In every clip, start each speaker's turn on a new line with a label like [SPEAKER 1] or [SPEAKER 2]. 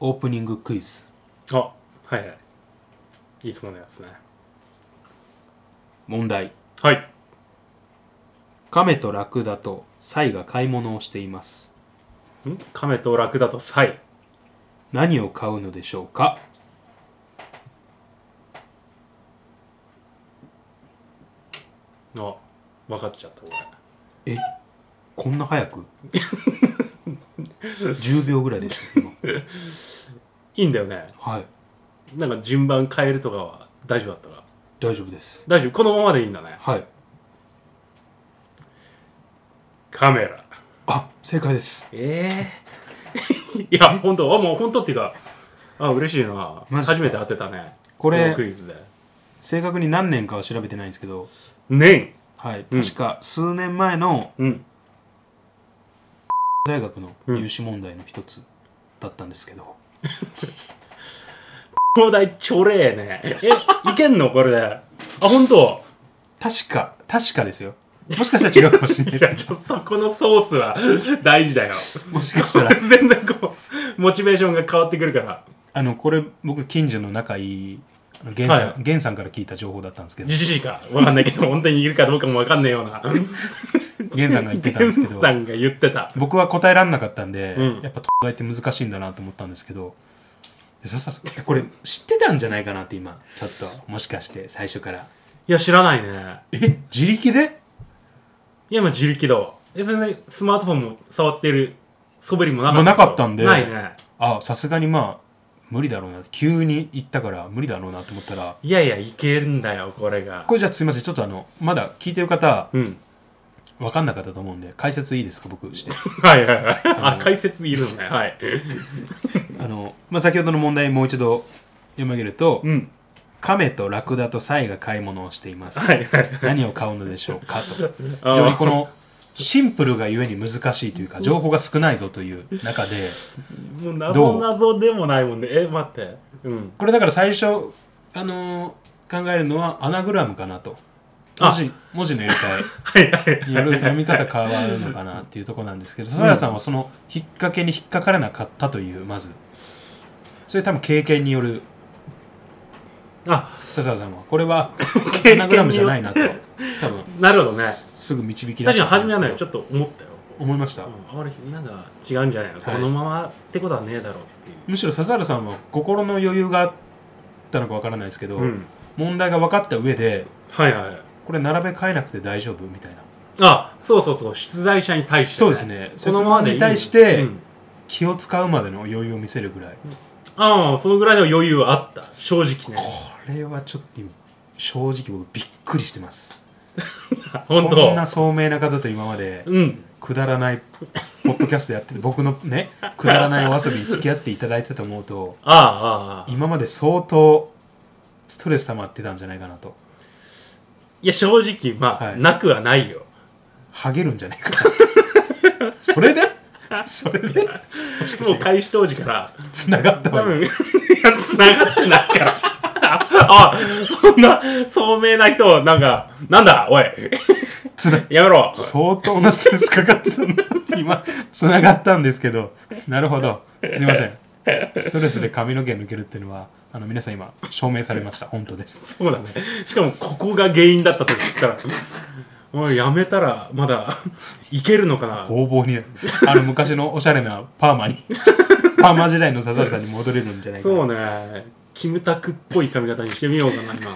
[SPEAKER 1] オープニングクイズ
[SPEAKER 2] あはいはいいつものやつね
[SPEAKER 1] 問題
[SPEAKER 2] はい
[SPEAKER 1] 亀とラクダとサイが買い物をしています
[SPEAKER 2] ん亀とラクダとサイ
[SPEAKER 1] 何を買うのでしょうか
[SPEAKER 2] あ分かっちゃったこ
[SPEAKER 1] えこんな早 く10秒ぐらいでした今
[SPEAKER 2] いいんだよね
[SPEAKER 1] はい
[SPEAKER 2] なんか順番変えるとかは大丈夫だったか
[SPEAKER 1] 大丈夫です
[SPEAKER 2] 大丈夫このままでいいんだね
[SPEAKER 1] はい
[SPEAKER 2] カメラ
[SPEAKER 1] あ正解です
[SPEAKER 2] ええ いや本当あもう本当っていうかあ嬉しいな
[SPEAKER 1] マジか
[SPEAKER 2] 初めて当てたね
[SPEAKER 1] これ
[SPEAKER 2] のクイズで
[SPEAKER 1] 正確に何年かは調べてないんですけど
[SPEAKER 2] 年
[SPEAKER 1] はい
[SPEAKER 2] うん
[SPEAKER 1] 確か数年前の
[SPEAKER 2] うん
[SPEAKER 1] 大学の入試問題の一つだったんですけど、
[SPEAKER 2] 東大ちょれえねえいけんのこれであ本当
[SPEAKER 1] 確か確かですよもしかしたら違うかもしれないで
[SPEAKER 2] い
[SPEAKER 1] す
[SPEAKER 2] や
[SPEAKER 1] けど
[SPEAKER 2] ちょっとこのソースは大事だよ
[SPEAKER 1] もしかしたら
[SPEAKER 2] 全然こうモチベーションが変わってくるから
[SPEAKER 1] あのこれ僕近所の仲いいあの源さん、
[SPEAKER 2] はい
[SPEAKER 1] 源さんから聞いた情報だったんですけど
[SPEAKER 2] じじいかわかんないけ ど本当にいるかどうかもわかんないような
[SPEAKER 1] 源さんが言ってたんですけど
[SPEAKER 2] さんが言ってた
[SPEAKER 1] 僕は答えられなかったんで、
[SPEAKER 2] うん
[SPEAKER 1] やっぱ東大って難しいんだなと思ったんですけどでそうそうそうこれ知ってたんじゃないかなって今ちょっともしかして最初から
[SPEAKER 2] いや知らないね
[SPEAKER 1] え自力で
[SPEAKER 2] いや、まあ自力だわ。え、全然スマートフォンも触ってる素振りもなかった。
[SPEAKER 1] まあなかったんで
[SPEAKER 2] ないね。
[SPEAKER 1] あさすがにまあ無理だろうな急に行ったから無理だろうなと思ったら
[SPEAKER 2] いやいや、いけるんだよ、これが。
[SPEAKER 1] これじゃあすいませんちょっとあのまだ聞いてる方
[SPEAKER 2] うん。
[SPEAKER 1] 分かんなかったと思うんで解説いいですか僕して
[SPEAKER 2] はいはいはい。あ
[SPEAKER 1] う、ん
[SPEAKER 2] 解説いるのね。はい。
[SPEAKER 1] あの、まあ、先ほどの問題もう一度読み上げると、
[SPEAKER 2] うん。
[SPEAKER 1] 亀とラクダとサイが買い物をしています、
[SPEAKER 2] はいはい。
[SPEAKER 1] 何を買うのでしょうかと
[SPEAKER 2] あー
[SPEAKER 1] よりこのシンプルがゆえに難しいというか情報が少ないぞという中で
[SPEAKER 2] もう謎
[SPEAKER 1] どう
[SPEAKER 2] 謎でもないもんね。え、待って。うん。
[SPEAKER 1] これだから最初、あのー考えるのはアナグラムかなと文
[SPEAKER 2] あ
[SPEAKER 1] 字文字の入れ替
[SPEAKER 2] はいはい。
[SPEAKER 1] えによ る読み方変わるのかなっていうところなんですけど笹原さんはその引っ掛けに引っかからなかったというまずそれ多分経験による
[SPEAKER 2] あ、
[SPEAKER 1] 笹原さんはこれ は
[SPEAKER 2] 験による
[SPEAKER 1] アナグラムじゃないなと多分
[SPEAKER 2] なるほどね
[SPEAKER 1] すぐ導き出
[SPEAKER 2] 確かに初めはね、ちょ
[SPEAKER 1] っ
[SPEAKER 2] っと思ったよ。
[SPEAKER 1] と思いました、
[SPEAKER 2] うんあれ、なんか違うんじゃないの
[SPEAKER 1] はい
[SPEAKER 2] このままってことはねえだろうっていう。
[SPEAKER 1] むしろ笹原さんは心の余裕があったのかわからないですけど、
[SPEAKER 2] うん。
[SPEAKER 1] 問題が分かった上で
[SPEAKER 2] はいはい。
[SPEAKER 1] これ並べ替えなくて大丈夫みたいな
[SPEAKER 2] あ、そうそうそう。出題者に対して、
[SPEAKER 1] そうです。ね
[SPEAKER 2] こ
[SPEAKER 1] 質
[SPEAKER 2] のまま
[SPEAKER 1] 問
[SPEAKER 2] でいい
[SPEAKER 1] に対して
[SPEAKER 2] うん
[SPEAKER 1] 気を使うまでの余裕を見せるぐらい、
[SPEAKER 2] ああ、そのぐらいの余裕はあった。正直
[SPEAKER 1] こ
[SPEAKER 2] ね。
[SPEAKER 1] れはちょっと今正直僕びっくりしてます
[SPEAKER 2] 本
[SPEAKER 1] こん
[SPEAKER 2] 当
[SPEAKER 1] な聡明な方と今まで
[SPEAKER 2] うん。
[SPEAKER 1] くだらないポッドキャストやってて僕のねくだらないお遊びに付き合っていただいたと思うと
[SPEAKER 2] ああ、ああ。
[SPEAKER 1] 今まで相当ストレス溜まってたんじゃないかなと
[SPEAKER 2] いや、正直、まあ、
[SPEAKER 1] はい
[SPEAKER 2] なくはないよ。
[SPEAKER 1] ハゲるんじゃないかなとそれでそれで
[SPEAKER 2] もう開始当時から、
[SPEAKER 1] つながった
[SPEAKER 2] 多
[SPEAKER 1] わよ
[SPEAKER 2] 分、いや、繋がってないから。 あ、そんな、聡明な人、なんか、なんだ、おい、
[SPEAKER 1] つな
[SPEAKER 2] やめろ。
[SPEAKER 1] 相当なストレスかかってたんだって今つながったんですけどなるほどすいませんストレスで髪の毛抜けるっていうのはあの皆さん今証明されました本当です
[SPEAKER 2] そうだね。しかも、ここが原因だったと言ったら、おい、やめたら、まだ、いけるのかな。
[SPEAKER 1] ボーボーにあの昔のおしゃれなパーマにパーマ時代の笹原さんに戻れるんじゃないか
[SPEAKER 2] そ
[SPEAKER 1] な
[SPEAKER 2] うね。キムタクっぽい髪型にしてみようかな、今。
[SPEAKER 1] い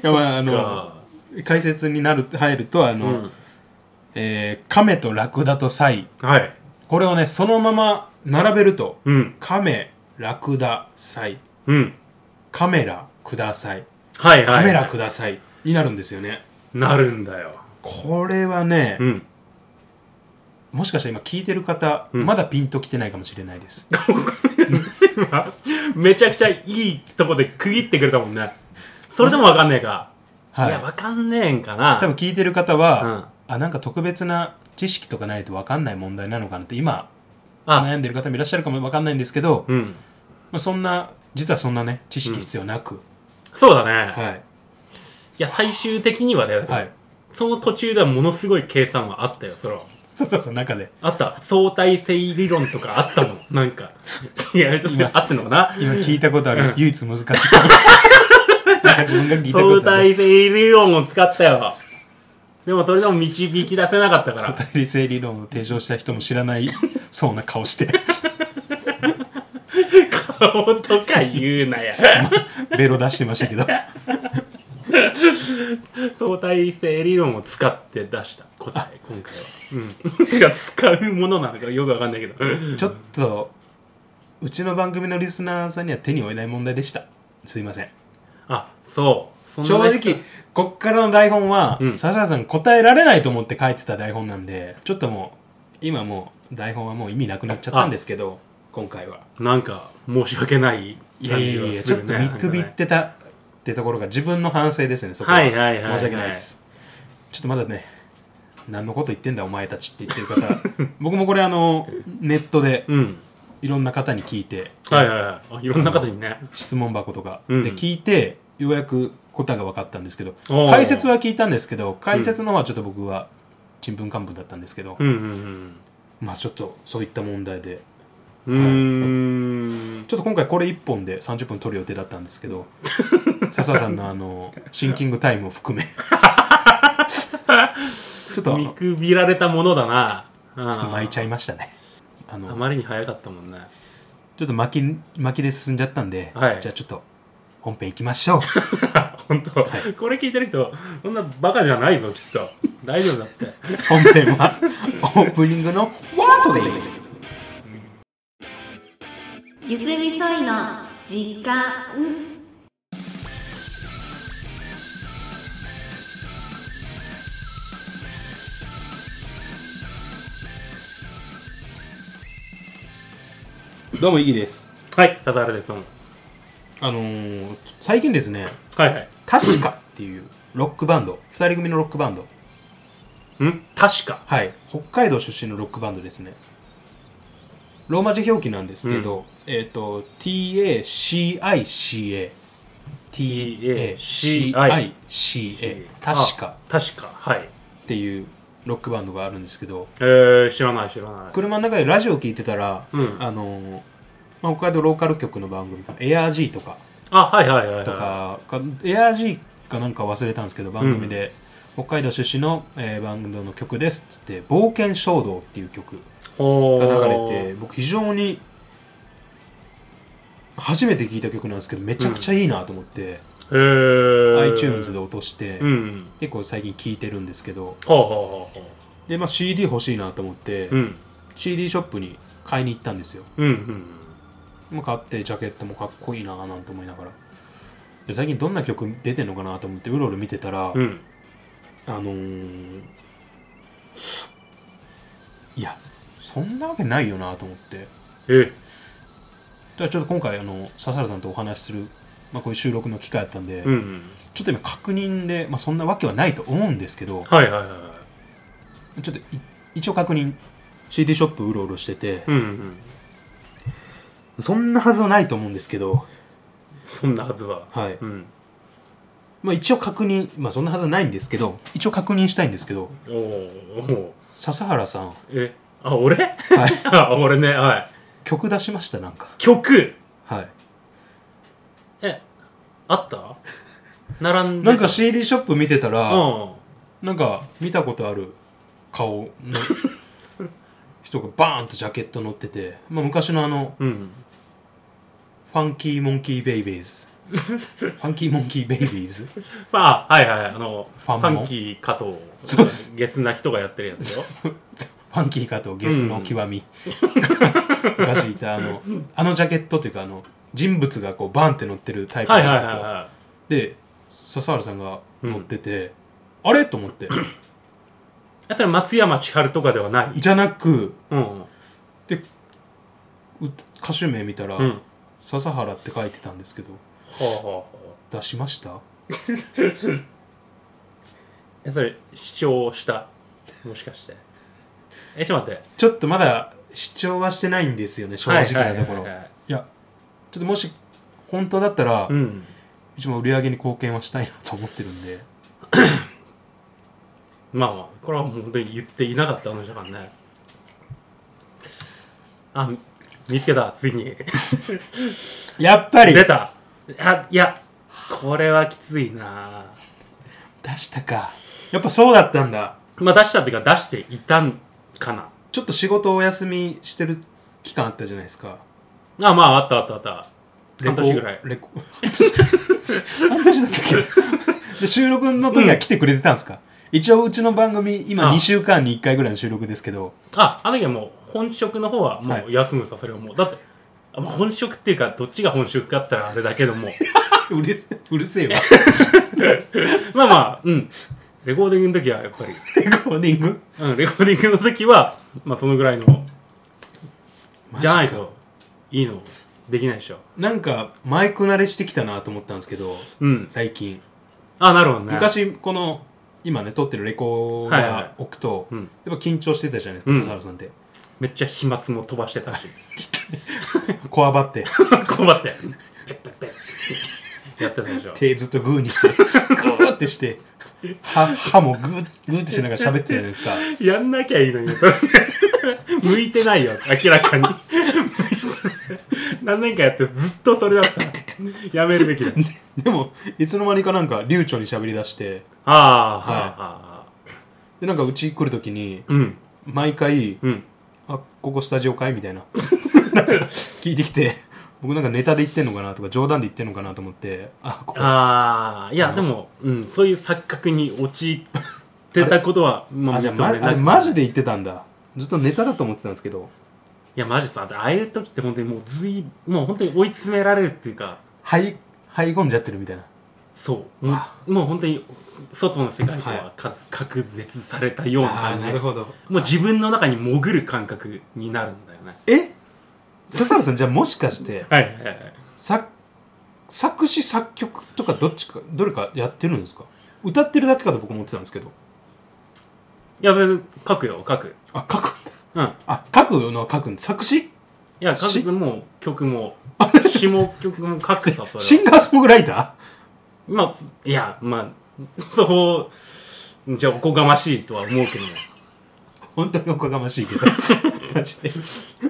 [SPEAKER 1] やまああ
[SPEAKER 2] か
[SPEAKER 1] の解説になる入るとあの、
[SPEAKER 2] うん。
[SPEAKER 1] えー亀とラクダとサイ
[SPEAKER 2] はい。
[SPEAKER 1] これをねそのまま並べると
[SPEAKER 2] うん。
[SPEAKER 1] 亀ラクダサイ
[SPEAKER 2] うん。
[SPEAKER 1] カメラください
[SPEAKER 2] はいはい、はい。
[SPEAKER 1] カメラくださいになるんですよね、
[SPEAKER 2] なるんだよ。
[SPEAKER 1] これはね、
[SPEAKER 2] うん。
[SPEAKER 1] もしかしたら今聞いてる方、
[SPEAKER 2] うん
[SPEAKER 1] まだピンときてないかもしれない です。
[SPEAKER 2] めちゃくちゃいいとこで区切ってくれたもんね。それでもわかんねえか。い、や、
[SPEAKER 1] は
[SPEAKER 2] わかんねえんかな。
[SPEAKER 1] い、多分聞いてる方は、
[SPEAKER 2] う
[SPEAKER 1] あなんか特別な知識とかないと分かんない問題なのかなって今
[SPEAKER 2] あ、
[SPEAKER 1] 悩んでる方もいらっしゃるかも分かんないんですけど、
[SPEAKER 2] うん。
[SPEAKER 1] まあ、そんな実はそんなね知識必要なく、
[SPEAKER 2] そうだね。い、
[SPEAKER 1] はい、
[SPEAKER 2] や、最終的にはだよ、
[SPEAKER 1] はい、
[SPEAKER 2] その途中ではものすごい計算はあったよ、それは。
[SPEAKER 1] そうそうそう、中で。
[SPEAKER 2] あった相対性理論とかあったもんなんかいやちょっと合ってんのかな
[SPEAKER 1] 今聞いたことあ
[SPEAKER 2] うん
[SPEAKER 1] る、唯一難 しそう。なんか自分が聞いたこ
[SPEAKER 2] 相
[SPEAKER 1] とある。
[SPEAKER 2] 対性理論を使った よでもそれでも導き出せなかったから
[SPEAKER 1] 相対性理論を提唱した人も知らないそうな顔して、
[SPEAKER 2] 顔とか言うなや
[SPEAKER 1] ベロ出してましたけど。
[SPEAKER 2] 相対性理論を使って出した答え今回はうん てか使うものなのかよくわかんないけど
[SPEAKER 1] ちょっと、うちの番組のリスナーさんには手に負えない問題でした。すいません。
[SPEAKER 2] あそう
[SPEAKER 1] 正
[SPEAKER 2] そんな人
[SPEAKER 1] 直、こっからの台本は、
[SPEAKER 2] うん
[SPEAKER 1] 笹原さん答えられないと思って書いてた台本なんで、ちょっともう、今もう台本はもう意味なくなっちゃったんですけど、今回は。
[SPEAKER 2] なんか申し訳ない
[SPEAKER 1] いやいやいや、ちょっと見くびってたってところが自分の反省ですね、そこ
[SPEAKER 2] はいはいはいはい
[SPEAKER 1] 申し訳ないです。ちょっとまだね、何のこと言ってんだお前たちって言ってる方、 僕もこれあの、ネットで
[SPEAKER 2] うん
[SPEAKER 1] いろんな方に聞いて、
[SPEAKER 2] はいはいはいあいろんな方にね
[SPEAKER 1] 質問箱とか、
[SPEAKER 2] うん
[SPEAKER 1] で聞いて、ようやく答えが分かったんですけど、
[SPEAKER 2] おー
[SPEAKER 1] 解説は聞いたんですけど、解説の方はちょっと僕は、ちんぷんかんぷんだったんですけど、
[SPEAKER 2] うんうん
[SPEAKER 1] まあちょっとそういった問題で、
[SPEAKER 2] うんうーん
[SPEAKER 1] ちょっと今回これ1本で30分取る予定だったんですけ ど笹田さんのあのシンキングタイムを 含めちょっと
[SPEAKER 2] 見
[SPEAKER 1] ち
[SPEAKER 2] くびられたものだなあ
[SPEAKER 1] ょっと巻いちゃ
[SPEAKER 2] い
[SPEAKER 1] いましたねあの
[SPEAKER 2] あまりに早かったもんね
[SPEAKER 1] ちょっと巻き巻きで進んじゃったんで、
[SPEAKER 2] はい
[SPEAKER 1] じゃあちょっと本編いきましょう
[SPEAKER 2] 本当、 これ聞いてる人そんなバカじゃないぞきっと大丈夫だって
[SPEAKER 1] 本編はオープニングの「ワートで
[SPEAKER 3] ゆすみそいの時間
[SPEAKER 1] どうもイギです
[SPEAKER 2] はいただあれですどうも
[SPEAKER 1] あのー最近ですね
[SPEAKER 2] はいはい
[SPEAKER 1] 「確か」っていうロックバンド2人組のロックバンド
[SPEAKER 2] ん確か
[SPEAKER 1] はい、北海道出身のロックバンドですね。ローマ字表記なんですけど、えっ、と、TACICA。TACICA。確か
[SPEAKER 2] あ確かはい
[SPEAKER 1] っていうロックバンドがあるんですけど、
[SPEAKER 2] えー、知らない知らない
[SPEAKER 1] 車の中でラジオ聞いてたら、
[SPEAKER 2] うん
[SPEAKER 1] あのーまあ、北海道ローカル局の番組かな、エアー G とか、
[SPEAKER 2] あはいはいはいはい
[SPEAKER 1] とか、かエアー G かなんか忘れたんですけど、番組で、北海道出身の、えーバンドの曲ですっつって、冒険衝動っていう曲。
[SPEAKER 2] お
[SPEAKER 1] が
[SPEAKER 2] ー
[SPEAKER 1] 流れて僕非常に初めて聴いた曲なんですけどめちゃくちゃいいなと思って、
[SPEAKER 2] へー
[SPEAKER 1] iTunes で落として、
[SPEAKER 2] うん
[SPEAKER 1] 結構最近聴いてるんですけど
[SPEAKER 2] ほうほうほうほ
[SPEAKER 1] で、まあ、CD 欲しいなと思って、
[SPEAKER 2] ううん
[SPEAKER 1] CD ショップに買いに行ったんですよ、
[SPEAKER 2] うんうん
[SPEAKER 1] まあ、買ってジャケットもかっこいいなぁなんて思いながらで最近どんな曲出てんのかなと思ってうろうろ見てたら、
[SPEAKER 2] うん
[SPEAKER 1] あのーいやそんなわけないよなと思って
[SPEAKER 2] え
[SPEAKER 1] ではちょっと今回あの笹原さんとお話しする、まあ、こういう収録の機会だったんで、
[SPEAKER 2] うんうん
[SPEAKER 1] ちょっと今確認で、まあ、そんなわけはないと思うんですけど
[SPEAKER 2] はいはいはいはい
[SPEAKER 1] ちょっとい一応確認 CD ショップうろうろしてて、
[SPEAKER 2] うんうん
[SPEAKER 1] そんなはずはないと思うんですけど、
[SPEAKER 2] そんなはずは
[SPEAKER 1] はい
[SPEAKER 2] うん
[SPEAKER 1] まあ、一応確認、まあ、そんなはずはないんですけど一応確認したいんですけど
[SPEAKER 2] おーおー
[SPEAKER 1] 笹原 さん、は
[SPEAKER 2] えあ俺
[SPEAKER 1] い、
[SPEAKER 2] あ俺ねはい
[SPEAKER 1] 曲出しましたなんか
[SPEAKER 2] 曲
[SPEAKER 1] はい
[SPEAKER 2] えあった並んでた
[SPEAKER 1] なんか CD ショップ見てたら、
[SPEAKER 2] うん
[SPEAKER 1] なんか見たことある顔の人がバーンとジャケット乗ってて、まあ、昔のあの
[SPEAKER 2] うん
[SPEAKER 1] ファンキーモンキーベイビー ズ。ファンキーモンキーベイビーズ。
[SPEAKER 2] あはいはいあの
[SPEAKER 1] フ
[SPEAKER 2] フ
[SPEAKER 1] ァンモン
[SPEAKER 2] ァンキー加藤
[SPEAKER 1] そうです
[SPEAKER 2] ゲスな人がやってるやつよ
[SPEAKER 1] ファンキーかとゲスの極み。昔いたあの、あのジャケットというか、あの、人物がこうバーンって乗ってるタイプの
[SPEAKER 2] は
[SPEAKER 1] ジ
[SPEAKER 2] い
[SPEAKER 1] ャ
[SPEAKER 2] は
[SPEAKER 1] ケ
[SPEAKER 2] い
[SPEAKER 1] ッ
[SPEAKER 2] は
[SPEAKER 1] ト。
[SPEAKER 2] いは
[SPEAKER 1] で、笹原さんが乗ってて、あれと思 って。
[SPEAKER 2] いえそれ松山千春とかではない
[SPEAKER 1] じゃなく、
[SPEAKER 2] うん
[SPEAKER 1] で、う歌手名見たら、
[SPEAKER 2] うん
[SPEAKER 1] 笹原って書いてたんですけど、
[SPEAKER 2] ほうほうほ
[SPEAKER 1] 出しました
[SPEAKER 2] うえそれ視聴したもしかしてえちょっと待って
[SPEAKER 1] ちょっとまだ主張はしてないんですよね、正直なところ。
[SPEAKER 2] はいはいはいいはい
[SPEAKER 1] や、ちょっともし、本当だったら、
[SPEAKER 2] うん
[SPEAKER 1] 一番売り上げに貢献はしたいなと思ってるんで
[SPEAKER 2] まあまあこれはもう本当に言っていなかった話だからねあ見つけたついに
[SPEAKER 1] やっぱり
[SPEAKER 2] 出たあいやこれはきついな
[SPEAKER 1] 出したかやっぱそうだったんだ
[SPEAKER 2] まあ出したっていうか出していたんかな
[SPEAKER 1] ちょっと仕事お休みしてる期間あったじゃないですか
[SPEAKER 2] あまああったあったあった半年ぐらい
[SPEAKER 1] レコ 半年だったっ けで収録の時は来てくれてたんですか、一応うちの番組今
[SPEAKER 2] あ
[SPEAKER 1] 2週間に1回ぐらいの収録ですけど
[SPEAKER 2] ああの時はもう本職の方はも
[SPEAKER 1] は
[SPEAKER 2] う休むさそれはもうだってあまあ本職っていうかどっちが本職かって言ったらあれだけども
[SPEAKER 1] うるせうるせえわ
[SPEAKER 2] まあまあうんレコーディングの時はやっぱり
[SPEAKER 1] レコーディング
[SPEAKER 2] うん、レコーディングの時は、まあ、そのぐらいの、
[SPEAKER 1] マジか
[SPEAKER 2] じゃないと、いいの、できないでしょ。
[SPEAKER 1] なんかマイク慣れしてきたなと思ったんですけど
[SPEAKER 2] うん。
[SPEAKER 1] 最近
[SPEAKER 2] あ、なるほどね。。
[SPEAKER 1] 昔この今ね撮ってるレコー
[SPEAKER 2] はいはいは
[SPEAKER 1] ダ
[SPEAKER 2] い
[SPEAKER 1] ー置くと、
[SPEAKER 2] うん。
[SPEAKER 1] やっぱ緊張してたじゃないですか
[SPEAKER 2] うん
[SPEAKER 1] 笹原さんって
[SPEAKER 2] めっちゃ飛沫も飛ばしてたし。
[SPEAKER 1] こわばって
[SPEAKER 2] 困って。ペッペッペッ。やってたでしょ。
[SPEAKER 1] 手ずっとグーにしてグーってして歯歯もグーグーってしながら喋ってたじゃないですか
[SPEAKER 2] やんなきゃいいのに。 向いてないよ、明ら かに。何年かやってずっとそれだった。やめるべきだ。
[SPEAKER 1] でもいつの間にかなんか流暢に喋りだして
[SPEAKER 2] ああ、はい、
[SPEAKER 1] はい
[SPEAKER 2] ああああ。
[SPEAKER 1] でなんかうち来る時に
[SPEAKER 2] うん。
[SPEAKER 1] 毎回
[SPEAKER 2] うん。
[SPEAKER 1] 「あここスタジオかい?」みたいな なんか聞いてきて僕なんかネタで言ってんのかなとか冗談で言ってんのかなと思ってあここ
[SPEAKER 2] ああいやでも、うん、そういう錯覚に陥ってたことはま
[SPEAKER 1] あ
[SPEAKER 2] あ
[SPEAKER 1] じゃあ、
[SPEAKER 2] 認
[SPEAKER 1] ま、
[SPEAKER 2] めな
[SPEAKER 1] あ
[SPEAKER 2] く
[SPEAKER 1] れマジ
[SPEAKER 2] い
[SPEAKER 1] で言ってたんだずっとネタだと思ってたんですけど
[SPEAKER 2] やマジでああいう時って本当にもうずいもう本当に追い詰められるっていうか
[SPEAKER 1] はいはい込んじゃってるみたいな
[SPEAKER 2] そうもうもう本当に外の世界とはか、隔絶されたような
[SPEAKER 1] あ
[SPEAKER 2] 感
[SPEAKER 1] ー
[SPEAKER 2] じ
[SPEAKER 1] なるほど
[SPEAKER 2] もう自分の中に潜る感覚になるんだよね
[SPEAKER 1] え笹原さんじゃあもしかして
[SPEAKER 2] はいはいはい
[SPEAKER 1] 作作詞作曲とかどっちかどれかやってるんですか歌ってるだけかと僕思ってたんですけど
[SPEAKER 2] いや全然書くよ書く
[SPEAKER 1] あ書く
[SPEAKER 2] うん
[SPEAKER 1] あ書くのは書くん作詞
[SPEAKER 2] いや
[SPEAKER 1] し
[SPEAKER 2] 書くも曲 も詞も曲も書くさそれは
[SPEAKER 1] シンガー ソングライタ
[SPEAKER 2] まあ、いや、まあ、そこ、じゃあおこがましいとは思うけども。
[SPEAKER 1] ー本当におこがましいけど マジで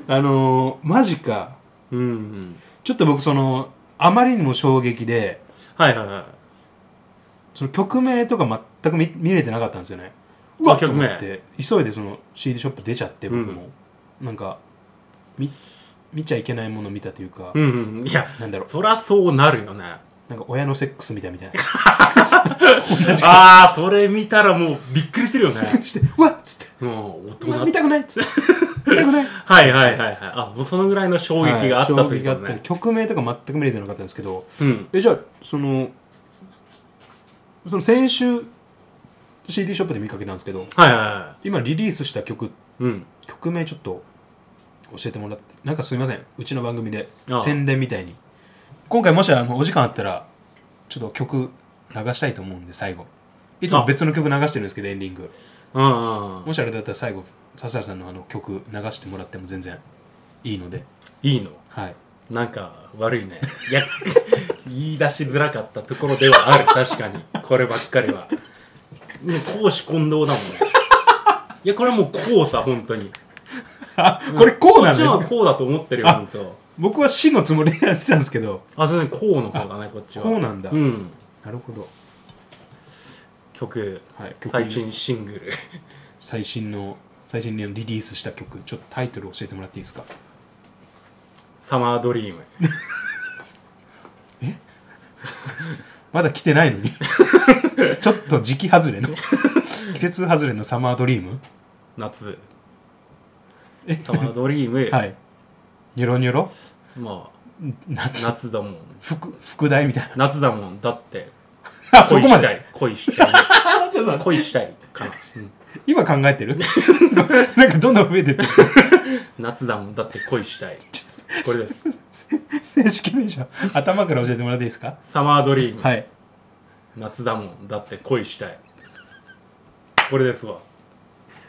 [SPEAKER 1] あのー、マジか
[SPEAKER 2] うん、うん。
[SPEAKER 1] ちょっと僕そのあまりにも衝撃で
[SPEAKER 2] はいはいはい。
[SPEAKER 1] その曲名とか全く見見れてなかったんですよね
[SPEAKER 2] うわ
[SPEAKER 1] と思っ
[SPEAKER 2] 曲
[SPEAKER 1] て急いでその CD ショップ出ちゃって僕も、なんか見見ちゃいけないもの見たというか、
[SPEAKER 2] うん、うん。いや、
[SPEAKER 1] なんだろう
[SPEAKER 2] そらそうなる よね。
[SPEAKER 1] なんか親のセックスみたいみたいな
[SPEAKER 2] ああ、それ見たらもうびっくりするよね。
[SPEAKER 1] してうわっつって
[SPEAKER 2] もう大
[SPEAKER 1] うわ
[SPEAKER 2] 人
[SPEAKER 1] 見たくないっつ って見たくない
[SPEAKER 2] はいはいはいはい。あ、もうそのぐらいの衝撃があった
[SPEAKER 1] はい
[SPEAKER 2] と
[SPEAKER 1] 衝
[SPEAKER 2] いう
[SPEAKER 1] 撃があ
[SPEAKER 2] か
[SPEAKER 1] ったり
[SPEAKER 2] ね。
[SPEAKER 1] 曲名とか全く見れてなかったんですけど
[SPEAKER 2] うん。
[SPEAKER 1] えじゃあそのその先週 CD ショップで見かけたんですけど
[SPEAKER 2] はいはいは
[SPEAKER 1] 今リリースした曲
[SPEAKER 2] い。うん。
[SPEAKER 1] 曲名ちょっと教えてもらってなんかすみませんうちの番組で
[SPEAKER 2] ああ
[SPEAKER 1] 宣伝みたいに今回もしあのお時間あったらちょっと曲流したいと思うんで最後いつも別の曲流してるんですけどエンディング
[SPEAKER 2] うんうん。
[SPEAKER 1] もしあれだったら最後笹原さんのあの曲流してもらっても全然いいので
[SPEAKER 2] いいの
[SPEAKER 1] はい
[SPEAKER 2] なんか悪いね。いや、 言い出しづらかったところではある、確かに。こればっかりは。もう公私混同だもんね。いや、これもうこうさ、本当に。
[SPEAKER 1] あこれこうなんです
[SPEAKER 2] こっちは
[SPEAKER 1] ね
[SPEAKER 2] こうだと思ってるよ、
[SPEAKER 1] あ
[SPEAKER 2] 本当。
[SPEAKER 1] 僕は死のつもりでやってたんですけど
[SPEAKER 2] あ、全然こうの方だね、こっちは。
[SPEAKER 1] こうなんだ
[SPEAKER 2] うん。
[SPEAKER 1] なるほど、
[SPEAKER 2] 曲、
[SPEAKER 1] はい、曲
[SPEAKER 2] 最新シングル。
[SPEAKER 1] 最新の最新にリリースした曲ちょっとタイトル教えてもらっていいですか
[SPEAKER 2] サマードリーム。
[SPEAKER 1] まだ来てないの にちょっと時期外れの季節外れのサマードリーム
[SPEAKER 2] 夏。
[SPEAKER 1] え
[SPEAKER 2] サマードリーム。
[SPEAKER 1] はいニョロニョロ
[SPEAKER 2] まあ、
[SPEAKER 1] 夏
[SPEAKER 2] 夏だもん。
[SPEAKER 1] 副副題みたいな
[SPEAKER 2] 夏だもん。だって、
[SPEAKER 1] あそ
[SPEAKER 2] 恋
[SPEAKER 1] こま
[SPEAKER 2] した
[SPEAKER 1] で
[SPEAKER 2] い。恋しちゃう。
[SPEAKER 1] あちょっと待って
[SPEAKER 2] 恋したい。かな。うん
[SPEAKER 1] 今考えて るなんかどんどん増えてって
[SPEAKER 2] 夏だもんだって恋したいこれです
[SPEAKER 1] 正式名称頭から教えてもらっていいですか
[SPEAKER 2] サマードリーム、
[SPEAKER 1] はい
[SPEAKER 2] 夏だもんだって恋したいこれですわ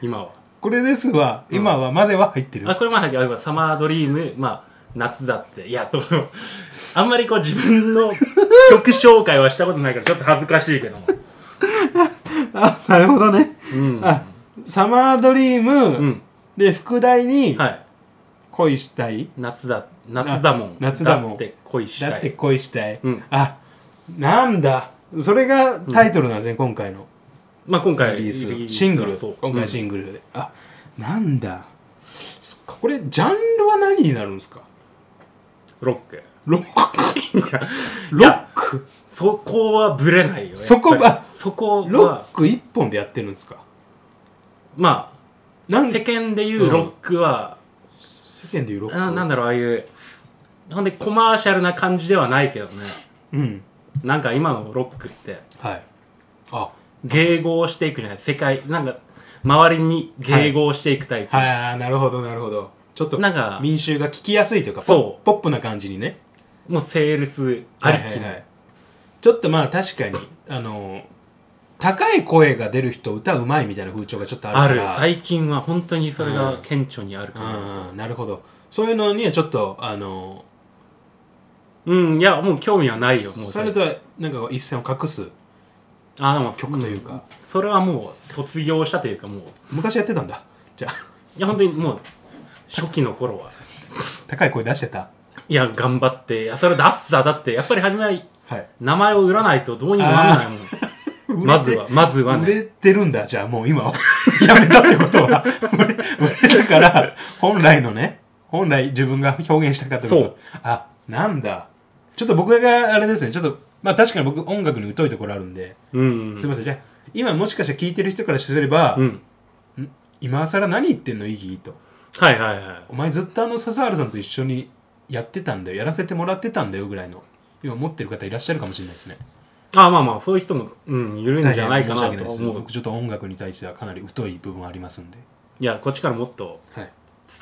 [SPEAKER 2] 今は
[SPEAKER 1] これですわ
[SPEAKER 2] うん
[SPEAKER 1] 今はまでは入ってる、
[SPEAKER 2] あこれまあ今サマードリームまあ夏だっていやとあんまりこう自 分の曲紹介はしたことないからちょっと恥ずかしいけども
[SPEAKER 1] あなるほどね
[SPEAKER 2] うん
[SPEAKER 1] あサマードリーム、
[SPEAKER 2] うん
[SPEAKER 1] で副題に
[SPEAKER 2] はい
[SPEAKER 1] 恋したい、
[SPEAKER 2] 夏だ夏だもん
[SPEAKER 1] あ夏だもん
[SPEAKER 2] って恋したい
[SPEAKER 1] だって恋したい、
[SPEAKER 2] うん
[SPEAKER 1] あなんだそれがタイトルなんですね、今回の
[SPEAKER 2] まあ今回
[SPEAKER 1] リリース
[SPEAKER 2] リ
[SPEAKER 1] の
[SPEAKER 2] ー
[SPEAKER 1] シングル
[SPEAKER 2] そう
[SPEAKER 1] 今回シ
[SPEAKER 2] うん
[SPEAKER 1] ングルで、あなんだそっかこれジャンルは何になるんですか
[SPEAKER 2] ロック
[SPEAKER 1] ロックロ
[SPEAKER 2] い
[SPEAKER 1] ッ
[SPEAKER 2] や
[SPEAKER 1] ク
[SPEAKER 2] そこはブレないよ
[SPEAKER 1] そこは
[SPEAKER 2] やっぱりそこは
[SPEAKER 1] ロック一本でやってるんですか
[SPEAKER 2] ま
[SPEAKER 1] な
[SPEAKER 2] あ
[SPEAKER 1] ん
[SPEAKER 2] 世
[SPEAKER 1] 世
[SPEAKER 2] 間でいうロックは、
[SPEAKER 1] 間でいうロック
[SPEAKER 2] あなんだろうああいうなんでコマーシャルな感じではないけどね
[SPEAKER 1] うん
[SPEAKER 2] なんか今のロックって
[SPEAKER 1] はいあ
[SPEAKER 2] 迎合していくじゃない世界なんか周りに迎合していくタイプ、
[SPEAKER 1] はいあーなるほどなるほどちょっと
[SPEAKER 2] なんか
[SPEAKER 1] 民衆が聞きやすいというかポ
[SPEAKER 2] そ
[SPEAKER 1] ポップな感じにね
[SPEAKER 2] もうセールスありきの、
[SPEAKER 1] はいはいはいちょっとまあ確かにあの高い声が出る人歌うまいみたいな風潮がちょっとあ
[SPEAKER 2] あ
[SPEAKER 1] る
[SPEAKER 2] る
[SPEAKER 1] から
[SPEAKER 2] 最近は本当にそれ
[SPEAKER 1] う
[SPEAKER 2] が
[SPEAKER 1] ん
[SPEAKER 2] 顕著にあるから、
[SPEAKER 1] うんなるほどそういうのにはちょっとあの
[SPEAKER 2] うん、いや、もう興味はないよ、もう
[SPEAKER 1] それとはなんか一線を隠す
[SPEAKER 2] あでも
[SPEAKER 1] 曲というか
[SPEAKER 2] んそれはもう卒業したというか、もう、
[SPEAKER 1] 昔やってたんだじゃあ
[SPEAKER 2] いや、本当にもう、初期の頃は、
[SPEAKER 1] 高い声出してた
[SPEAKER 2] いや、頑張って、いや、それ出すさ、だって、やっぱり初めは
[SPEAKER 1] はい
[SPEAKER 2] 名前を売らないとどうにもなら ないもん。まずは、まずは
[SPEAKER 1] 売れ
[SPEAKER 2] ね。
[SPEAKER 1] てるんだじゃあもう今は やめたってことは 売れ売れるから本来のね本来自分が表現したかったこ
[SPEAKER 2] そ
[SPEAKER 1] と
[SPEAKER 2] う
[SPEAKER 1] あなんだちょっと僕があれですねちょっとまあ確かに僕音楽に疎いところあるんで、
[SPEAKER 2] うん。
[SPEAKER 1] すいませんじゃあ今もしかしたら聞いてる人からすれば、
[SPEAKER 2] うん。
[SPEAKER 1] 今更何言ってんのイギーと
[SPEAKER 2] はいはいはい。
[SPEAKER 1] お前ずっとあの笹原さんと一緒にやってたんだよやらせてもらってたんだよぐらいの今持ってる方いらっしゃるかもしれないですね
[SPEAKER 2] あまあまあ、そういう人も、うん、いるんじゃないか
[SPEAKER 1] 大変申し訳
[SPEAKER 2] なと
[SPEAKER 1] です
[SPEAKER 2] 思う。
[SPEAKER 1] 僕ちょっと音楽に対してはかなり疎い部分ありますんで
[SPEAKER 2] いや、こっちからもっと
[SPEAKER 1] はい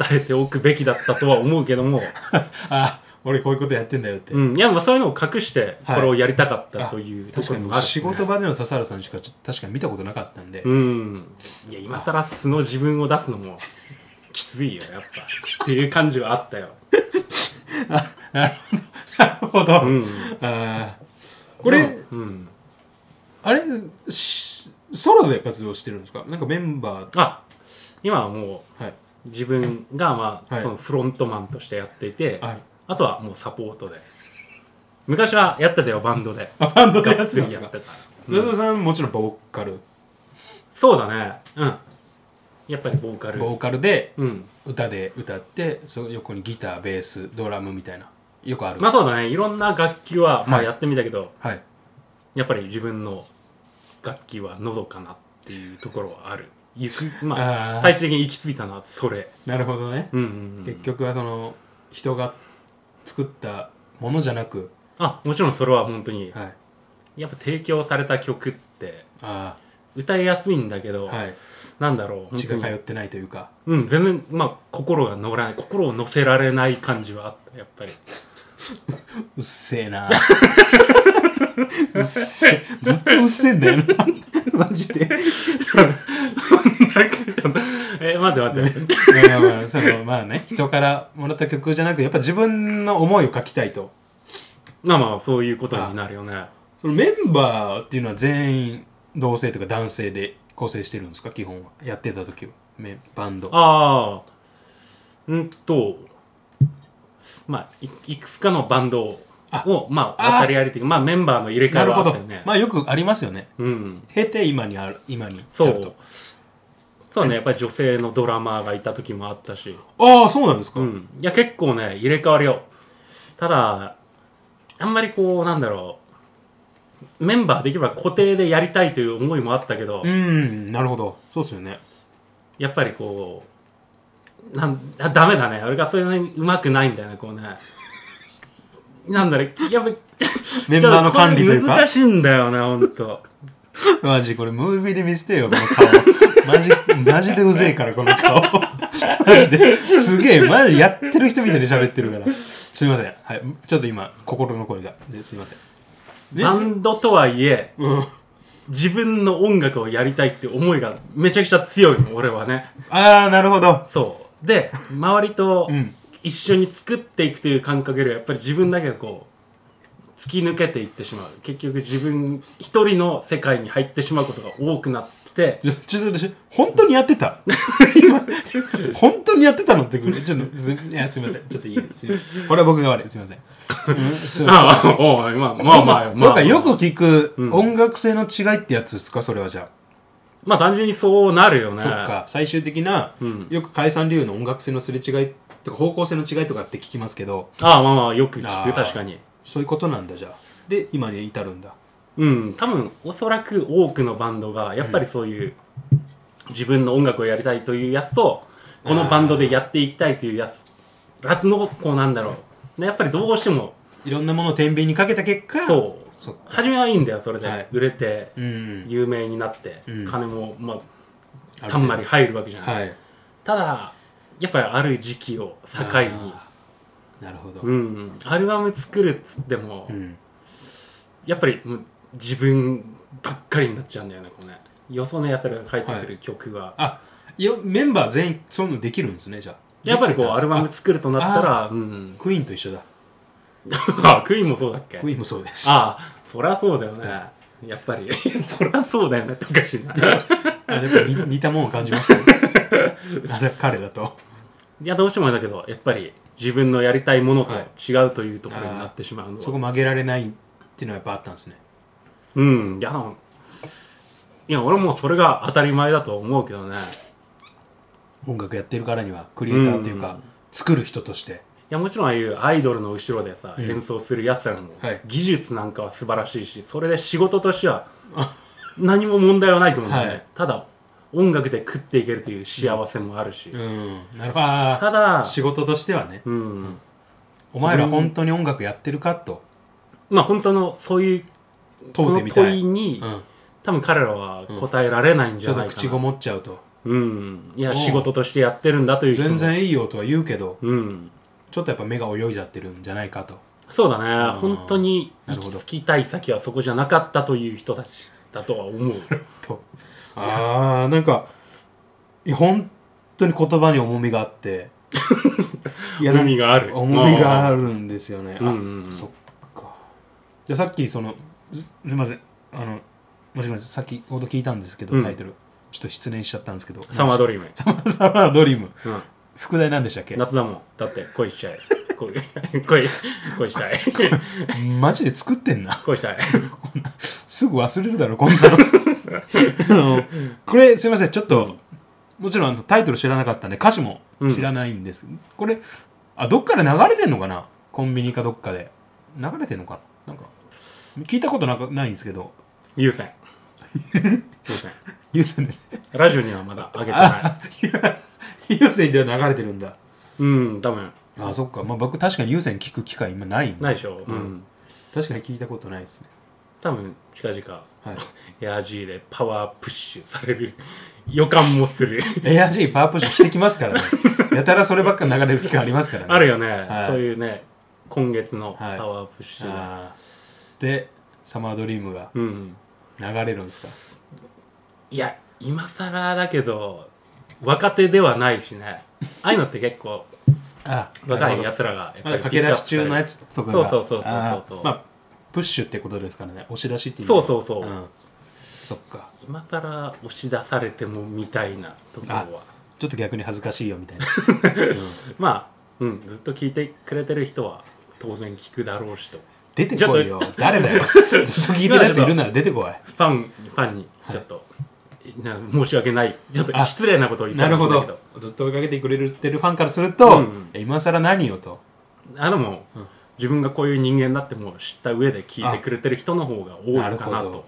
[SPEAKER 2] 伝えておくべきだったとは思うけども、
[SPEAKER 1] あ俺こういうことやってんだよって、
[SPEAKER 2] うん、いや、まあそういうのを隠して、
[SPEAKER 1] は
[SPEAKER 2] こ
[SPEAKER 1] い
[SPEAKER 2] れをやりたかっ
[SPEAKER 1] あ
[SPEAKER 2] たというと
[SPEAKER 1] 確か
[SPEAKER 2] ころ
[SPEAKER 1] に
[SPEAKER 2] も
[SPEAKER 1] 僕
[SPEAKER 2] あるし
[SPEAKER 1] 仕
[SPEAKER 2] ね、
[SPEAKER 1] 事場での笹原さんしかちょっと確かに見たことなかったんで、
[SPEAKER 2] うん。いや、今更素の自分を出すのも、きついよ、やっぱ。っていう感じはあったよ。
[SPEAKER 1] なるほどなるほど、
[SPEAKER 2] うん。
[SPEAKER 1] あーこれ、
[SPEAKER 2] うん。
[SPEAKER 1] あれしソロで活動してるんですかなんかメンバー
[SPEAKER 2] あ、今はも
[SPEAKER 1] はい、
[SPEAKER 2] う、自分が、まあ、
[SPEAKER 1] はい
[SPEAKER 2] そのフロントマンとしてやっていて、
[SPEAKER 1] はい、
[SPEAKER 2] あとはもうサポートで。昔はやってたよ、バンドで。
[SPEAKER 1] あバンドでや
[SPEAKER 2] が
[SPEAKER 1] っ
[SPEAKER 2] って
[SPEAKER 1] た
[SPEAKER 2] つ
[SPEAKER 1] ん
[SPEAKER 2] り
[SPEAKER 1] です
[SPEAKER 2] やっ
[SPEAKER 1] か
[SPEAKER 2] てた。
[SPEAKER 1] 笹原さんもちろんボーカル
[SPEAKER 2] そうだね。うん。やっぱりボーカル。
[SPEAKER 1] ボーカルで
[SPEAKER 2] うん。
[SPEAKER 1] 歌で歌ってその横にギターベースドラムみたいなよくある、
[SPEAKER 2] まあそうだね。いろんな楽器は、ま
[SPEAKER 1] は
[SPEAKER 2] あ
[SPEAKER 1] い
[SPEAKER 2] やってみたけど、
[SPEAKER 1] はい
[SPEAKER 2] やっぱり自分の楽器はのどかなっていうところはある。行く、まあ、
[SPEAKER 1] あー
[SPEAKER 2] 最終的に行き着いたのはそれ、
[SPEAKER 1] なるほどね、
[SPEAKER 2] うんうんうん
[SPEAKER 1] 結局はその人が作ったものじゃなく、
[SPEAKER 2] あもちろんそれは本当に
[SPEAKER 1] はい、
[SPEAKER 2] やっぱ提供された曲って
[SPEAKER 1] あ
[SPEAKER 2] 歌いやすいんだけど、
[SPEAKER 1] あはい
[SPEAKER 2] なんだろう
[SPEAKER 1] 血が
[SPEAKER 2] 本
[SPEAKER 1] 通
[SPEAKER 2] 当
[SPEAKER 1] っ
[SPEAKER 2] に
[SPEAKER 1] てないというか
[SPEAKER 2] うん全然まあ心が乗らない心を乗せられない感じはあったやっ ぱり
[SPEAKER 1] うっせえな うっせえずっとうっせえんだよな マジで
[SPEAKER 2] え待って待って
[SPEAKER 1] いやまあそのまあね人からもらった曲じゃなくやっぱ自分の思いを書きたいと
[SPEAKER 2] まあまあそういうことになるよね
[SPEAKER 1] そのメンバーっていうのは全員同性というか男性で構成してるんですか基本はやってた時はメバンド
[SPEAKER 2] ああうんとまあいいくつかのバンド
[SPEAKER 1] あ
[SPEAKER 2] をま
[SPEAKER 1] あ
[SPEAKER 2] あ渡り歩いてまあメンバーの入れ替
[SPEAKER 1] な
[SPEAKER 2] え
[SPEAKER 1] る
[SPEAKER 2] は
[SPEAKER 1] ほ
[SPEAKER 2] あ
[SPEAKER 1] ど
[SPEAKER 2] ったよね
[SPEAKER 1] まあよくありますよね
[SPEAKER 2] うん
[SPEAKER 1] 経て今にある今に
[SPEAKER 2] そ
[SPEAKER 1] 至る
[SPEAKER 2] う
[SPEAKER 1] と。
[SPEAKER 2] そうね、やっぱり女性のドラマーがいた時もあったし。
[SPEAKER 1] ああそうなんですか、
[SPEAKER 2] うん。いや、結構ね、入れ替わりよ。ただ、あんまりこう、なんだろう。メンバーできれば固定でやりたいという思いもあったけど
[SPEAKER 1] う、んなるほどそうですよね
[SPEAKER 2] やっぱりこう、なんあダメだね。俺がそれなりにうまくないんだよね、こうね。なんだろう、やっぱ
[SPEAKER 1] メンバーの管理という
[SPEAKER 2] ちょっこれ難
[SPEAKER 1] か
[SPEAKER 2] しいんだよね、ほんと。
[SPEAKER 1] マジこれムービーで見せてよこの顔マジマジでうぜえからこの顔マジですげえマジやってる人みたいに喋ってるからすいません、はい、ちょっと今心の声がですいませんね
[SPEAKER 2] バンドとはいえ、
[SPEAKER 1] うん
[SPEAKER 2] 自分の音楽をやりたいって思いがめちゃくちゃ強いの俺はね
[SPEAKER 1] ああなるほど
[SPEAKER 2] そうで周りと
[SPEAKER 1] うん
[SPEAKER 2] 一緒に作っていくという感覚よりはやっぱり自分だけがこう突き抜けていってしまう結局自分一人の世界に入ってしまうことが多くなってて
[SPEAKER 1] ちょっと私本当にやってた 今本当にやってたのってこれちょっとすいやすみませんちょっといいですこれは僕が悪いすみません、うんそう
[SPEAKER 2] ああおいまあまあまあまあ
[SPEAKER 1] そうかよく聞く
[SPEAKER 2] うん
[SPEAKER 1] 音楽性の違いってやつですかそれはじゃ
[SPEAKER 2] まあ単純にそうなるよ
[SPEAKER 1] あ、
[SPEAKER 2] ね
[SPEAKER 1] そっか最終的な、
[SPEAKER 2] うん
[SPEAKER 1] よく解散理由の音楽性のすれ違いとか方向性の違いとかって聞きますけど
[SPEAKER 2] ああまあまあよく聞
[SPEAKER 1] あ
[SPEAKER 2] く
[SPEAKER 1] ー
[SPEAKER 2] 確かに
[SPEAKER 1] そういうことなんだじゃあで今に至るんだ
[SPEAKER 2] うん多分おそらく多くのバンドがやっぱりそういう、自分の音楽をやりたいというやつとこのバンドでやっていきたいというやつらつのこうなんだろうねやっぱりどうしても
[SPEAKER 1] いろんなものを天秤にかけた結果
[SPEAKER 2] そう
[SPEAKER 1] そっか
[SPEAKER 2] 初めはいいんだよそれ
[SPEAKER 1] は
[SPEAKER 2] で
[SPEAKER 1] い
[SPEAKER 2] 売れて
[SPEAKER 1] うん
[SPEAKER 2] 有名になって、
[SPEAKER 1] うん
[SPEAKER 2] 金もま
[SPEAKER 1] あ
[SPEAKER 2] あ
[SPEAKER 1] る程度
[SPEAKER 2] たんまり入るわけじゃない、
[SPEAKER 1] はい
[SPEAKER 2] ただやっぱりある時期を境に
[SPEAKER 1] あーなるほど、
[SPEAKER 2] うんアルバム作るっつっても、
[SPEAKER 1] うん
[SPEAKER 2] やっぱりもう自分ばっかりになっちゃうんだよねこれねよそのやつらが帰ってくる曲は、
[SPEAKER 1] あよメンバー全員そういうのできるんですねじゃあ
[SPEAKER 2] やっぱりこう
[SPEAKER 1] でき
[SPEAKER 2] ア
[SPEAKER 1] てたん
[SPEAKER 2] ル
[SPEAKER 1] です
[SPEAKER 2] バム作るとなったらうん
[SPEAKER 1] あクイーンと一緒だ
[SPEAKER 2] あクイーンもそうだっけ
[SPEAKER 1] クイーンもそうです あ
[SPEAKER 2] ああそりゃそうだよねやっぱり そりゃそうだよねっておかしいな
[SPEAKER 1] やっぱり似似たもんを感じますね あれ彼だと
[SPEAKER 2] いやどうしてもだけどやっぱり自分のやりたいものと
[SPEAKER 1] はい
[SPEAKER 2] 違うというところになってしまうのは、
[SPEAKER 1] そこ曲げられないっていうのはやっぱあったんですね
[SPEAKER 2] うんいやでもいや俺もそれが当たり前だと思うけどね
[SPEAKER 1] 音楽やってるからにはクリエイターっていうか、
[SPEAKER 2] うん
[SPEAKER 1] 作る人として
[SPEAKER 2] いやもちろんああいうアイドルの後ろでさ、
[SPEAKER 1] うん
[SPEAKER 2] 演奏するやつらも、
[SPEAKER 1] はい
[SPEAKER 2] 技術なんかは素晴らしいしそれで仕事としては何も問題はないと思うんだよね、
[SPEAKER 1] はい
[SPEAKER 2] ただ音楽で食っていけるという幸せもあるし、
[SPEAKER 1] うんなるほどあー
[SPEAKER 2] ただ
[SPEAKER 1] 仕事としてはね
[SPEAKER 2] うん、
[SPEAKER 1] お前ら本当に音楽やってるかと
[SPEAKER 2] まあ本当のそういうこ
[SPEAKER 1] 問うて
[SPEAKER 2] の
[SPEAKER 1] みた
[SPEAKER 2] 問い
[SPEAKER 1] い、
[SPEAKER 2] に、
[SPEAKER 1] うん、
[SPEAKER 2] 多分彼らは答えられないんじ
[SPEAKER 1] ち
[SPEAKER 2] ゃ
[SPEAKER 1] ょっ
[SPEAKER 2] な
[SPEAKER 1] と
[SPEAKER 2] いか
[SPEAKER 1] 口
[SPEAKER 2] な、
[SPEAKER 1] ごもっちゃうと
[SPEAKER 2] うん、いや
[SPEAKER 1] うん
[SPEAKER 2] 仕事としてやってるんだという人も
[SPEAKER 1] 全然いいよとは言うけど
[SPEAKER 2] うん
[SPEAKER 1] ちょっとやっぱ目が泳いじゃってるんじゃないかと
[SPEAKER 2] そうだね、
[SPEAKER 1] うん
[SPEAKER 2] 本当に
[SPEAKER 1] な
[SPEAKER 2] 行
[SPEAKER 1] るほ
[SPEAKER 2] き
[SPEAKER 1] ど
[SPEAKER 2] 着きたい先はそこじゃなかったという人たちだとは 思う
[SPEAKER 1] とあーなんかいや本当に言葉に重みがあって いやなん
[SPEAKER 2] 重みがある
[SPEAKER 1] 重みがあるんですよねあ、
[SPEAKER 2] うんうんうん
[SPEAKER 1] そっかじゃあさっきそのすすいませんあのもしもし先ほど聞いたんですけど、
[SPEAKER 2] うん
[SPEAKER 1] タイトルちょっと失念しちゃったんですけど
[SPEAKER 2] サマードリーム、
[SPEAKER 1] サマードリーム
[SPEAKER 2] うん、
[SPEAKER 1] 副題なんでしたっけ
[SPEAKER 2] 夏だもんだって恋しちゃえ恋恋恋したい
[SPEAKER 1] マジで作ってんな
[SPEAKER 2] 恋したい
[SPEAKER 1] すぐ忘れるだろこんなのあのこれすいませんちょっと、もちろんあのタイトル知らなかったんで歌詞も知らないんです、これあどっかで流れてんのかなコンビニかどっかで流れてんのかななんか聞いたことなかないんですけど
[SPEAKER 2] 優先優先
[SPEAKER 1] 優先で
[SPEAKER 2] ラジオにはまだ上げてない
[SPEAKER 1] あ 優先では流れてるんだ
[SPEAKER 2] うん多分
[SPEAKER 1] あそっか、まあ、僕確かに優先聞く機会今ないんで
[SPEAKER 2] ないでしょうん、
[SPEAKER 1] うん確かに聞いたことないですね
[SPEAKER 2] 多分近々
[SPEAKER 1] はい、
[SPEAKER 2] エアジーでパワープッシュされる予感もする
[SPEAKER 1] ARG パワープッシュしてきますからねやたらそればっか流れる機会ありますからね
[SPEAKER 2] あるよね、
[SPEAKER 1] はい
[SPEAKER 2] そういうね今月のパ
[SPEAKER 1] はい
[SPEAKER 2] ワープッシュで、
[SPEAKER 1] あーでサマードリームが
[SPEAKER 2] うん
[SPEAKER 1] 流れるんです
[SPEAKER 2] いや今更だけど若手ではないしねああいうのって結構
[SPEAKER 1] か、あ
[SPEAKER 2] 若い
[SPEAKER 1] なる
[SPEAKER 2] や
[SPEAKER 1] ほ
[SPEAKER 2] つらがや
[SPEAKER 1] どま
[SPEAKER 2] っぱ
[SPEAKER 1] だ
[SPEAKER 2] り
[SPEAKER 1] 駆け出し中のやつとかが
[SPEAKER 2] そうそうそうそうそう
[SPEAKER 1] あーまあプッシュってことですからね押し出しっていう
[SPEAKER 2] そうそうそうん
[SPEAKER 1] そっか
[SPEAKER 2] 今更押し出されてもみたいなところは
[SPEAKER 1] ちょっと逆に恥ずかしいよみ たいな、うん
[SPEAKER 2] まあ、うん、ずっと聞いてくれてる人は当然聞くだろうしと
[SPEAKER 1] 出てこいよ誰だ よずっと聞いてるやついるなら出てこい
[SPEAKER 2] ファンファンにちょっと、な申し訳ないちょっと
[SPEAKER 1] あ
[SPEAKER 2] 失礼 なことを言っ
[SPEAKER 1] な
[SPEAKER 2] たか
[SPEAKER 1] る
[SPEAKER 2] も
[SPEAKER 1] ほ
[SPEAKER 2] しれないけ
[SPEAKER 1] どずっと追いかけてくれてるファンからする
[SPEAKER 2] う
[SPEAKER 1] と、
[SPEAKER 2] ん
[SPEAKER 1] 今更何よと
[SPEAKER 2] あのもう、
[SPEAKER 1] うん
[SPEAKER 2] 自分がこういう人間だってもう知った上で聞いてくれてる人の方が多い
[SPEAKER 1] なる
[SPEAKER 2] かな
[SPEAKER 1] ほ
[SPEAKER 2] と
[SPEAKER 1] ど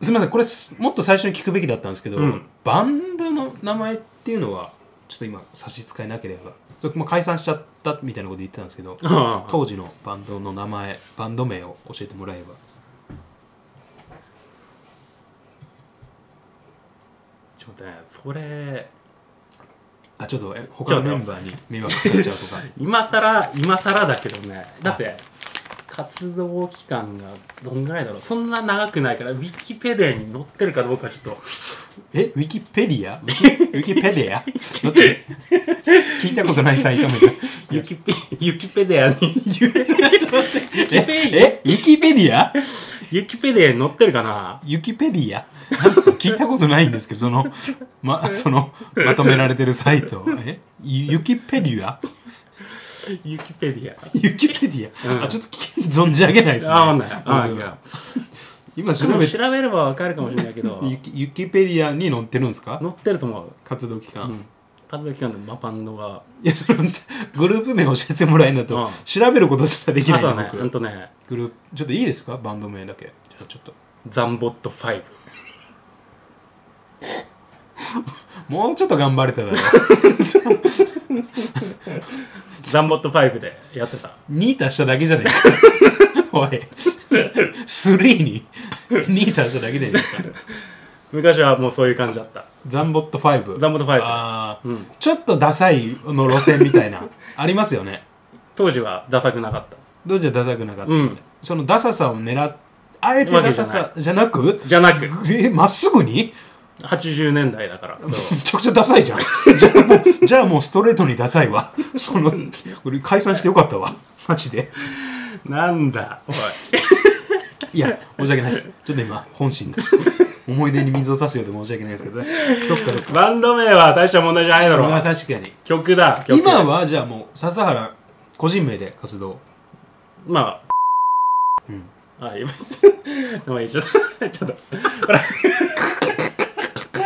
[SPEAKER 1] すみませんこれもっと最初に聞くべきだったんですけど、
[SPEAKER 2] うん
[SPEAKER 1] バンドの名前っていうのはちょっと今差し支えなければそれ、まあ、解散しちゃったみたいなこと言ってたんですけど
[SPEAKER 2] うん
[SPEAKER 1] 当時のバンドの名前バンド名を教えてもらえば
[SPEAKER 2] ちょっとねそれ
[SPEAKER 1] あちょっとえ他のメンバーに迷惑かけちゃうとか
[SPEAKER 2] 今さら今さらだけどねだって活動期間がどんぐらいだろうそんな長くないからウィキペディアに載ってるかどうかちょっと
[SPEAKER 1] えウィキペディアウィキウィキペディアだって聞いたことないサイト 名が
[SPEAKER 2] ユキペ、ユキペディア に、
[SPEAKER 1] ええウィキペディア
[SPEAKER 2] ユキペディアに載ってるかな
[SPEAKER 1] ウィキペディアなんすか聞いたことないんですけどそのまそのまとめられてるサイトえゆユキペディア
[SPEAKER 2] ユキペディア。
[SPEAKER 1] ユキペディア、
[SPEAKER 2] うん
[SPEAKER 1] あちょっと聞き存じ上げないですね
[SPEAKER 2] あ、わかんない。あ
[SPEAKER 1] 僕
[SPEAKER 2] いや。
[SPEAKER 1] 今調
[SPEAKER 2] でも
[SPEAKER 1] べて
[SPEAKER 2] 調べればわかるかもし れないけど、
[SPEAKER 1] ユキユキペディアに載ってるんですか
[SPEAKER 2] 載ってると思う。
[SPEAKER 1] 活動期
[SPEAKER 2] う
[SPEAKER 1] 間、
[SPEAKER 2] ん。カドキャンのマパンドが。
[SPEAKER 1] いやそのグループ名教えてもらえないと、
[SPEAKER 2] うん
[SPEAKER 1] 調べることすらできな
[SPEAKER 2] あ
[SPEAKER 1] い
[SPEAKER 2] と
[SPEAKER 1] の
[SPEAKER 2] はね、ほんとね、
[SPEAKER 1] グループちょっといいですかバンド名だけじゃあちょっと
[SPEAKER 2] ザンボット5。
[SPEAKER 1] もうちょっと頑張れただろ
[SPEAKER 2] ザンボット5でやってた。
[SPEAKER 1] 2足しただけじゃねえか おい3に2足しただけじゃねえか
[SPEAKER 2] 昔はもうそういう感じだった。
[SPEAKER 1] ザンボット5
[SPEAKER 2] ザンボット5。
[SPEAKER 1] あー
[SPEAKER 2] うん
[SPEAKER 1] ちょっとダサいの路線みたい なありますよね
[SPEAKER 2] 当時はダサくなかった。
[SPEAKER 1] どうじゃダサくなかった、
[SPEAKER 2] うん
[SPEAKER 1] そのダサさを狙っあえて
[SPEAKER 2] わけ
[SPEAKER 1] ダ
[SPEAKER 2] じゃ
[SPEAKER 1] サ
[SPEAKER 2] ない
[SPEAKER 1] さじゃなく
[SPEAKER 2] じゃなく
[SPEAKER 1] えまっすぐに
[SPEAKER 2] 80年代だから。そう
[SPEAKER 1] めちゃくちゃダサいじゃん じゃあもうじゃあもうストレートにダサいわその俺解散してよかったわマジで
[SPEAKER 2] なんだ、おい。
[SPEAKER 1] いや申し訳ないですちょっと今本心 が思い出に水を差すようで申し訳ないですけどねそっかそっか
[SPEAKER 2] バンド名は大した問題じゃないだろ
[SPEAKER 1] まあ
[SPEAKER 2] う。
[SPEAKER 1] 確かに
[SPEAKER 2] 曲だ、曲。
[SPEAKER 1] 今はじゃあもう笹原個人名で活動
[SPEAKER 2] まあ、
[SPEAKER 1] うん
[SPEAKER 2] あ、今、まあいい、ちょっと、ちょっと、これ、こ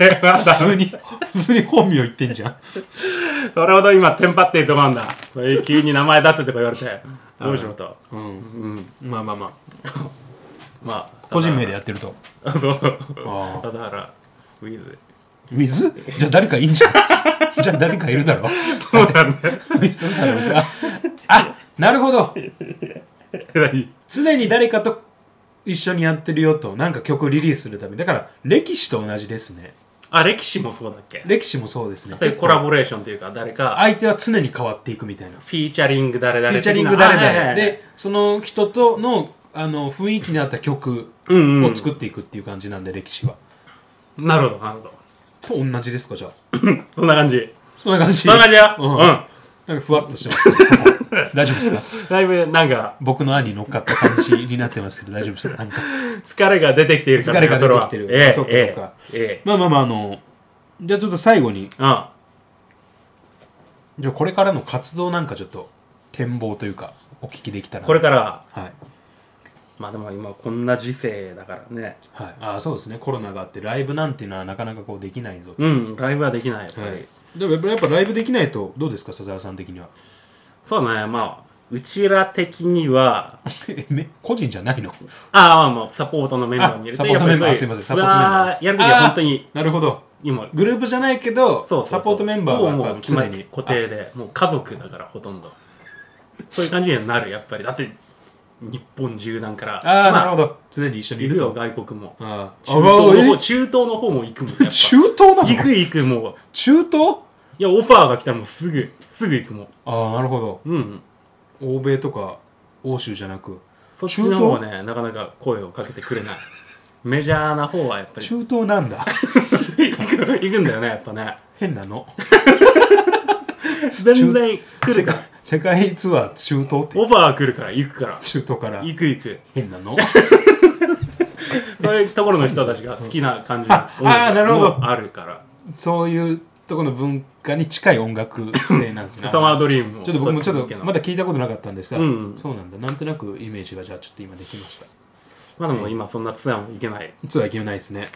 [SPEAKER 2] れは
[SPEAKER 1] 普
[SPEAKER 2] だ、
[SPEAKER 1] 通に普通に本名言ってんじゃん
[SPEAKER 2] それほど今、テンパっているとこなんだ。これ急に名前出せとか言われて、どうしろと。
[SPEAKER 1] うん
[SPEAKER 2] うん、
[SPEAKER 1] まあまあまあ
[SPEAKER 2] まあ、
[SPEAKER 1] 個人名
[SPEAKER 2] で。
[SPEAKER 1] でやってると
[SPEAKER 2] あそう
[SPEAKER 1] あ
[SPEAKER 2] ただから、ウィズ。
[SPEAKER 1] 水じゃあ誰かいいんじゃんじゃあ誰かいるだろ
[SPEAKER 2] そうなんだ。
[SPEAKER 1] 水じゃなさあなるほど
[SPEAKER 2] 何
[SPEAKER 1] 常に誰かと一緒にやってるよとなんか曲リリースするためにだから歴史と同じですね
[SPEAKER 2] あ、歴史もそうだっけ
[SPEAKER 1] 歴史もそうですね
[SPEAKER 2] でコラボレーションというか、誰か、
[SPEAKER 1] 相手は常に変わっていくみたいなフ
[SPEAKER 2] フィーチャリング誰々
[SPEAKER 1] ィー
[SPEAKER 2] 的
[SPEAKER 1] チャ
[SPEAKER 2] な。
[SPEAKER 1] リング誰々、
[SPEAKER 2] あはいはいはい
[SPEAKER 1] でその人とのあの雰囲気に合った曲
[SPEAKER 2] うんうん
[SPEAKER 1] を作っていくっていう感じなんで歴史は
[SPEAKER 2] なるほど、なるほど。
[SPEAKER 1] と同じですかじゃあ
[SPEAKER 2] そんな感じ。
[SPEAKER 1] そんな感じ
[SPEAKER 2] そんな感じよ。
[SPEAKER 1] うん
[SPEAKER 2] うん
[SPEAKER 1] なんかふわっとしてますけどそこ大丈夫ですか
[SPEAKER 2] だいぶなんか
[SPEAKER 1] 僕の案に乗っかった感じになってますけど大丈夫ですかなんか
[SPEAKER 2] 疲れが出てきているから、
[SPEAKER 1] 疲れが出てきてる
[SPEAKER 2] それはええ
[SPEAKER 1] そうかそうか
[SPEAKER 2] ええええ
[SPEAKER 1] まあまあまああのじゃあちょっと最後に
[SPEAKER 2] あ
[SPEAKER 1] じゃあこれからの活動なんかちょっと展望というかお聞きできたら
[SPEAKER 2] これから、
[SPEAKER 1] はい、
[SPEAKER 2] まあでも今こんな時世だからね。
[SPEAKER 1] はい、ああそうですねコロナがあってライブなんていうのはなかなかこうできないぞ
[SPEAKER 2] うん、ライブはできない。やっぱり
[SPEAKER 1] はい、でもやっぱやっぱライブできないとどうですか笹原さん的には
[SPEAKER 2] そうね、まあ、うちら的 には、
[SPEAKER 1] えめ個人じゃないの
[SPEAKER 2] ああ、まあ、サポートのメンバーにいると、
[SPEAKER 1] あサポートメンバー
[SPEAKER 2] やっ
[SPEAKER 1] すい
[SPEAKER 2] ぱりそうう
[SPEAKER 1] ませんサポートメンバー
[SPEAKER 2] ツアやるときは
[SPEAKER 1] あー
[SPEAKER 2] 本当に、
[SPEAKER 1] なるほど
[SPEAKER 2] 今、
[SPEAKER 1] グループじゃないけど
[SPEAKER 2] そうそうそう
[SPEAKER 1] サポートメンバーは
[SPEAKER 2] もう
[SPEAKER 1] やっ
[SPEAKER 2] も
[SPEAKER 1] ぱ
[SPEAKER 2] う決ま
[SPEAKER 1] 常
[SPEAKER 2] り
[SPEAKER 1] に
[SPEAKER 2] 固定で、もう家族だからほとんど。そういう感じにはなる、やっぱり。だって、日本縦断から、
[SPEAKER 1] ああー、
[SPEAKER 2] ま
[SPEAKER 1] なるほど常に一緒にい
[SPEAKER 2] い
[SPEAKER 1] る
[SPEAKER 2] るよ、
[SPEAKER 1] と
[SPEAKER 2] 外国も。
[SPEAKER 1] あー
[SPEAKER 2] 中東
[SPEAKER 1] あ
[SPEAKER 2] の方
[SPEAKER 1] え
[SPEAKER 2] 中東の方も行くもんやっぱ
[SPEAKER 1] 中東なの
[SPEAKER 2] 行く行くもう
[SPEAKER 1] 中東
[SPEAKER 2] いやオファーが来たらもうすぐすぐ行くもん
[SPEAKER 1] ああなるほど
[SPEAKER 2] うん
[SPEAKER 1] 欧米とか欧州じゃなく
[SPEAKER 2] そっちの方はねなかなか声をかけてくれないメジャーな方はやっぱり
[SPEAKER 1] 中東なん だ
[SPEAKER 2] 行く行くんだよねやっぱね
[SPEAKER 1] 変なの
[SPEAKER 2] 全然来
[SPEAKER 1] 世
[SPEAKER 2] るか
[SPEAKER 1] 界
[SPEAKER 2] ら
[SPEAKER 1] 世界ツアー中東って
[SPEAKER 2] オファー来るから行くから
[SPEAKER 1] 中東から
[SPEAKER 2] 行く行く
[SPEAKER 1] 変なの
[SPEAKER 2] そういうところの人たちが好きな感じ の
[SPEAKER 1] ああーなるほど
[SPEAKER 2] もあるから
[SPEAKER 1] そういうとこの文化に近い音楽性なん ですね
[SPEAKER 2] サマードリームも
[SPEAKER 1] ちょっと僕もちょっ
[SPEAKER 2] そ
[SPEAKER 1] と
[SPEAKER 2] ちの
[SPEAKER 1] まだ聞いたことなかったんですが、
[SPEAKER 2] うん
[SPEAKER 1] そうなんだなんとなくイメージがじゃあちょっと今できました
[SPEAKER 2] まだもう今そんなツアーも行けない
[SPEAKER 1] ツアー行けないですね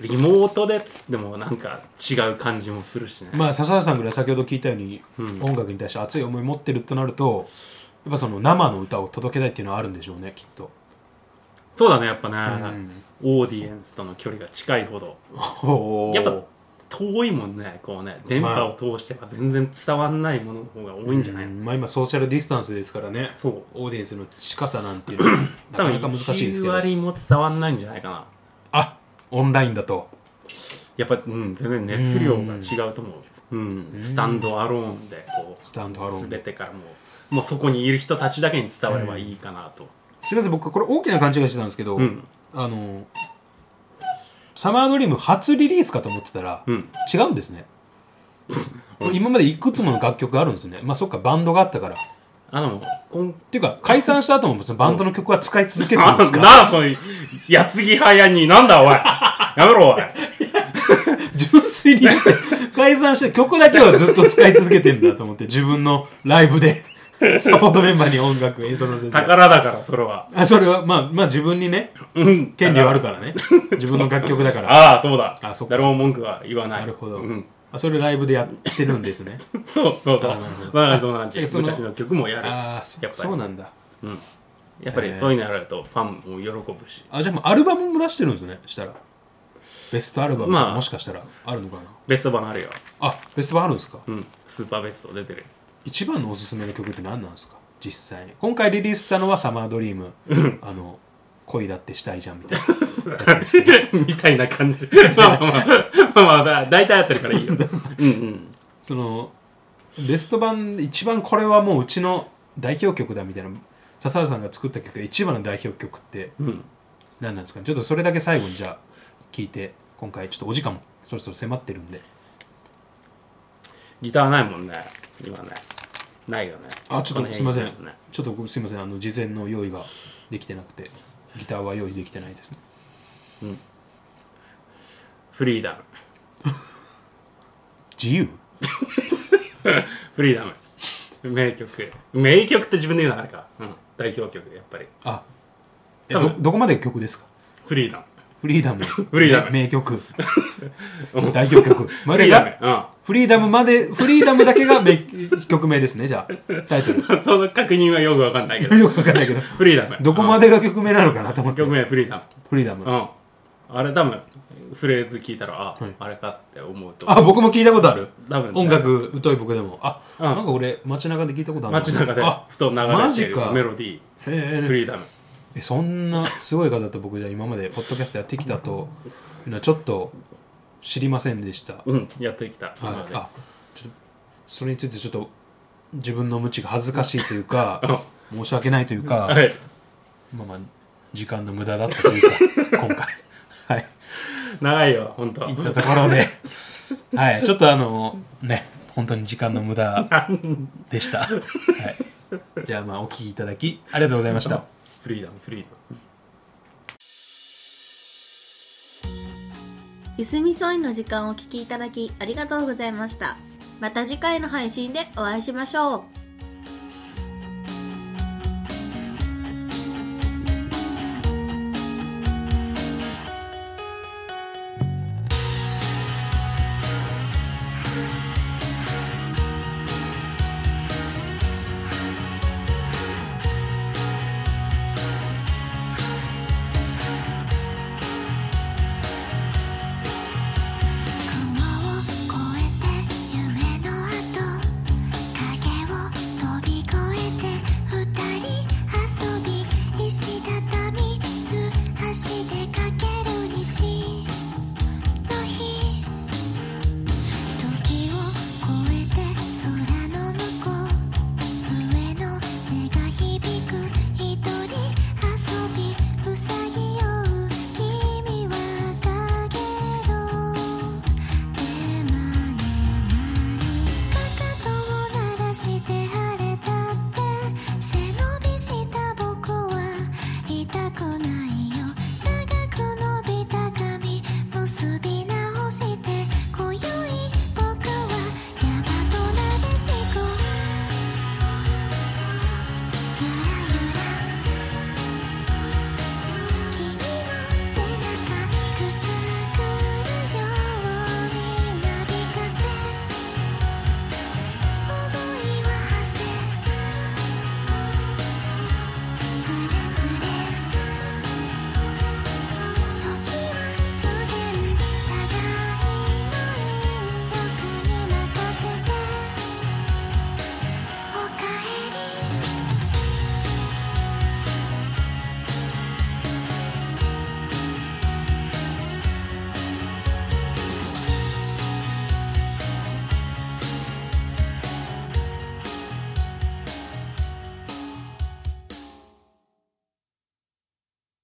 [SPEAKER 2] リモートででもなんか違う感じもするしね
[SPEAKER 1] まあ笹原さんぐらい先ほど聞いたように、
[SPEAKER 2] うん
[SPEAKER 1] 音楽に対して熱い思い持ってるとなるとやっぱその生の歌を届けたいっていうのはあるんでしょうねきっと、
[SPEAKER 2] そうだねやっぱね、
[SPEAKER 1] うん、
[SPEAKER 2] オーディエンスとの距離が近いほど
[SPEAKER 1] ほう
[SPEAKER 2] やっぱ遠いもんねこうね電波を通しては全然伝わんないものの方が多いんじゃないの、
[SPEAKER 1] うんまあ今ソーシャルディスタンスですからね
[SPEAKER 2] そう
[SPEAKER 1] オーディエンスの近さなんていうのはな
[SPEAKER 2] 多
[SPEAKER 1] か
[SPEAKER 2] 分
[SPEAKER 1] なか難しいですけ
[SPEAKER 2] 1
[SPEAKER 1] ど
[SPEAKER 2] 割も伝わんないんじゃないかな
[SPEAKER 1] あオンラインだと
[SPEAKER 2] やっぱ、うん、全然熱量が違うと思う、うんスタンドアローンでこ
[SPEAKER 1] スタンドアロー
[SPEAKER 2] う
[SPEAKER 1] ン
[SPEAKER 2] 出
[SPEAKER 1] で
[SPEAKER 2] てからもうもうそこにいる人たちだけに伝わればいいかなと、
[SPEAKER 1] すみません僕これ大きな勘違いしてたんですけど、
[SPEAKER 2] うん
[SPEAKER 1] あのサマードリーム初リリースかと思ってたら、
[SPEAKER 2] うん、
[SPEAKER 1] 違うんですね今までいくつもの楽曲があるんですねまあそっかバンドがあったから
[SPEAKER 2] あでもこん
[SPEAKER 1] ていうか、解散した後もそのバンドの曲は使い続けてるん
[SPEAKER 2] な
[SPEAKER 1] ですか
[SPEAKER 2] なあその矢継ぎ早になんだおいやめろおい
[SPEAKER 1] 純粋にだ って解散して曲だけはずっと使い続けてんだと思って、自分のライブ でサポートメンバーに音楽演奏させて。
[SPEAKER 2] 宝だからそれは
[SPEAKER 1] あそれは、まあ、まあ自分にね、
[SPEAKER 2] うん
[SPEAKER 1] 権利はあるから ね。自分の楽曲だから。
[SPEAKER 2] ああそうだ
[SPEAKER 1] あそっか
[SPEAKER 2] 誰も文句は言わない
[SPEAKER 1] なるほど
[SPEAKER 2] うん、。
[SPEAKER 1] あそれライブでやってるんです ね。
[SPEAKER 2] そうそうそう
[SPEAKER 1] あなるほど
[SPEAKER 2] まあそんな感じ
[SPEAKER 1] えその
[SPEAKER 2] 昔の曲もやる
[SPEAKER 1] ああ、そ
[SPEAKER 2] やっぱり
[SPEAKER 1] そうなんだ。
[SPEAKER 2] うん、やっぱりそういうのやられるとファンも喜ぶし
[SPEAKER 1] あ、じゃあもうアルバムも出してるんですね、したら。ベストアルバムと
[SPEAKER 2] ま
[SPEAKER 1] か
[SPEAKER 2] あ
[SPEAKER 1] もしかしたらあるのかな。
[SPEAKER 2] ベスト版あるよ、
[SPEAKER 1] あ、ベスト版あるんですか
[SPEAKER 2] うん、スーパーベスト出てる
[SPEAKER 1] 一番のおすすめの曲って何なんですか実際に今回リリースしたのは「サマードリーム」あの恋だってしたいじゃんみたいな
[SPEAKER 2] みたいな感じまあまあまあまあだ大体合ってるからいいようんうん
[SPEAKER 1] そのベスト版一番これはもううちの代表曲だみたいな笹原さんが作った曲で一番の代表曲って
[SPEAKER 2] うん
[SPEAKER 1] 何なんですかねちょっとそれだけ最後にじゃあ聞いて今回ちょっとお時間もそろそろ迫ってるんで
[SPEAKER 2] ギターないもんね今ねないよね
[SPEAKER 1] あちょっとすいません
[SPEAKER 2] この辺にないですね
[SPEAKER 1] ちょっとすいませんあの事前の用意ができてなくてギターは用意できてないですね
[SPEAKER 2] フリーダム
[SPEAKER 1] 自由
[SPEAKER 2] フリーダム名曲名曲って自分で言うなあれか、うん、代表曲やっぱり
[SPEAKER 1] あえ
[SPEAKER 2] 多
[SPEAKER 1] ど
[SPEAKER 2] 分
[SPEAKER 1] どこまでが曲ですか
[SPEAKER 2] フリーダム
[SPEAKER 1] フリーダム。
[SPEAKER 2] フリーダム
[SPEAKER 1] 名名 曲。代表曲。までが、
[SPEAKER 2] う
[SPEAKER 1] フリーダムまで、フリーダムだけが名 曲名ですね、じゃあ。タイトル。よ
[SPEAKER 2] ん その確認はよくわかんないけど
[SPEAKER 1] くわかんないけど。
[SPEAKER 2] フリーダム
[SPEAKER 1] どこまでが曲名なのかなと思
[SPEAKER 2] うん
[SPEAKER 1] って。
[SPEAKER 2] 曲
[SPEAKER 1] フ
[SPEAKER 2] 名フリーダム
[SPEAKER 1] リーダム。
[SPEAKER 2] うん。あれ多分、フレーズ聞いたら、あ、
[SPEAKER 1] はい
[SPEAKER 2] あれかって思うと。
[SPEAKER 1] あ、僕も聞いたことある。
[SPEAKER 2] 多分ね
[SPEAKER 1] 音楽疎い僕でも。あ、
[SPEAKER 2] うん
[SPEAKER 1] なんか俺、街中で聞いたことあるな。
[SPEAKER 2] 街中で
[SPEAKER 1] あ、
[SPEAKER 2] ふと流れている
[SPEAKER 1] マジか
[SPEAKER 2] メロディ
[SPEAKER 1] へ
[SPEAKER 2] ー、
[SPEAKER 1] ー
[SPEAKER 2] フリーダム。
[SPEAKER 1] えそんなすごい方と僕じゃあ今までポッドキャストやってきたというのはちょっと知りませんでした。
[SPEAKER 2] うん、やってきた。
[SPEAKER 1] は
[SPEAKER 2] 今
[SPEAKER 1] い、
[SPEAKER 2] ま
[SPEAKER 1] あちょっとそれについてちょっと自分の無知が恥ずかしいという か申し訳ないというか、
[SPEAKER 2] ではい。
[SPEAKER 1] まあまあ時間の無駄だったという か今回はい
[SPEAKER 2] 長いよ、ほんと。
[SPEAKER 1] 行ったところではいちょっとあのね本当に時間の無駄でした、はい、じゃあまあお聞きいただきありがとうございました
[SPEAKER 2] フリーダム、フリーダム。
[SPEAKER 3] ゆすみそいの時間をお聞きいただきありがとうございましたまた次回の配信でお会いしましょう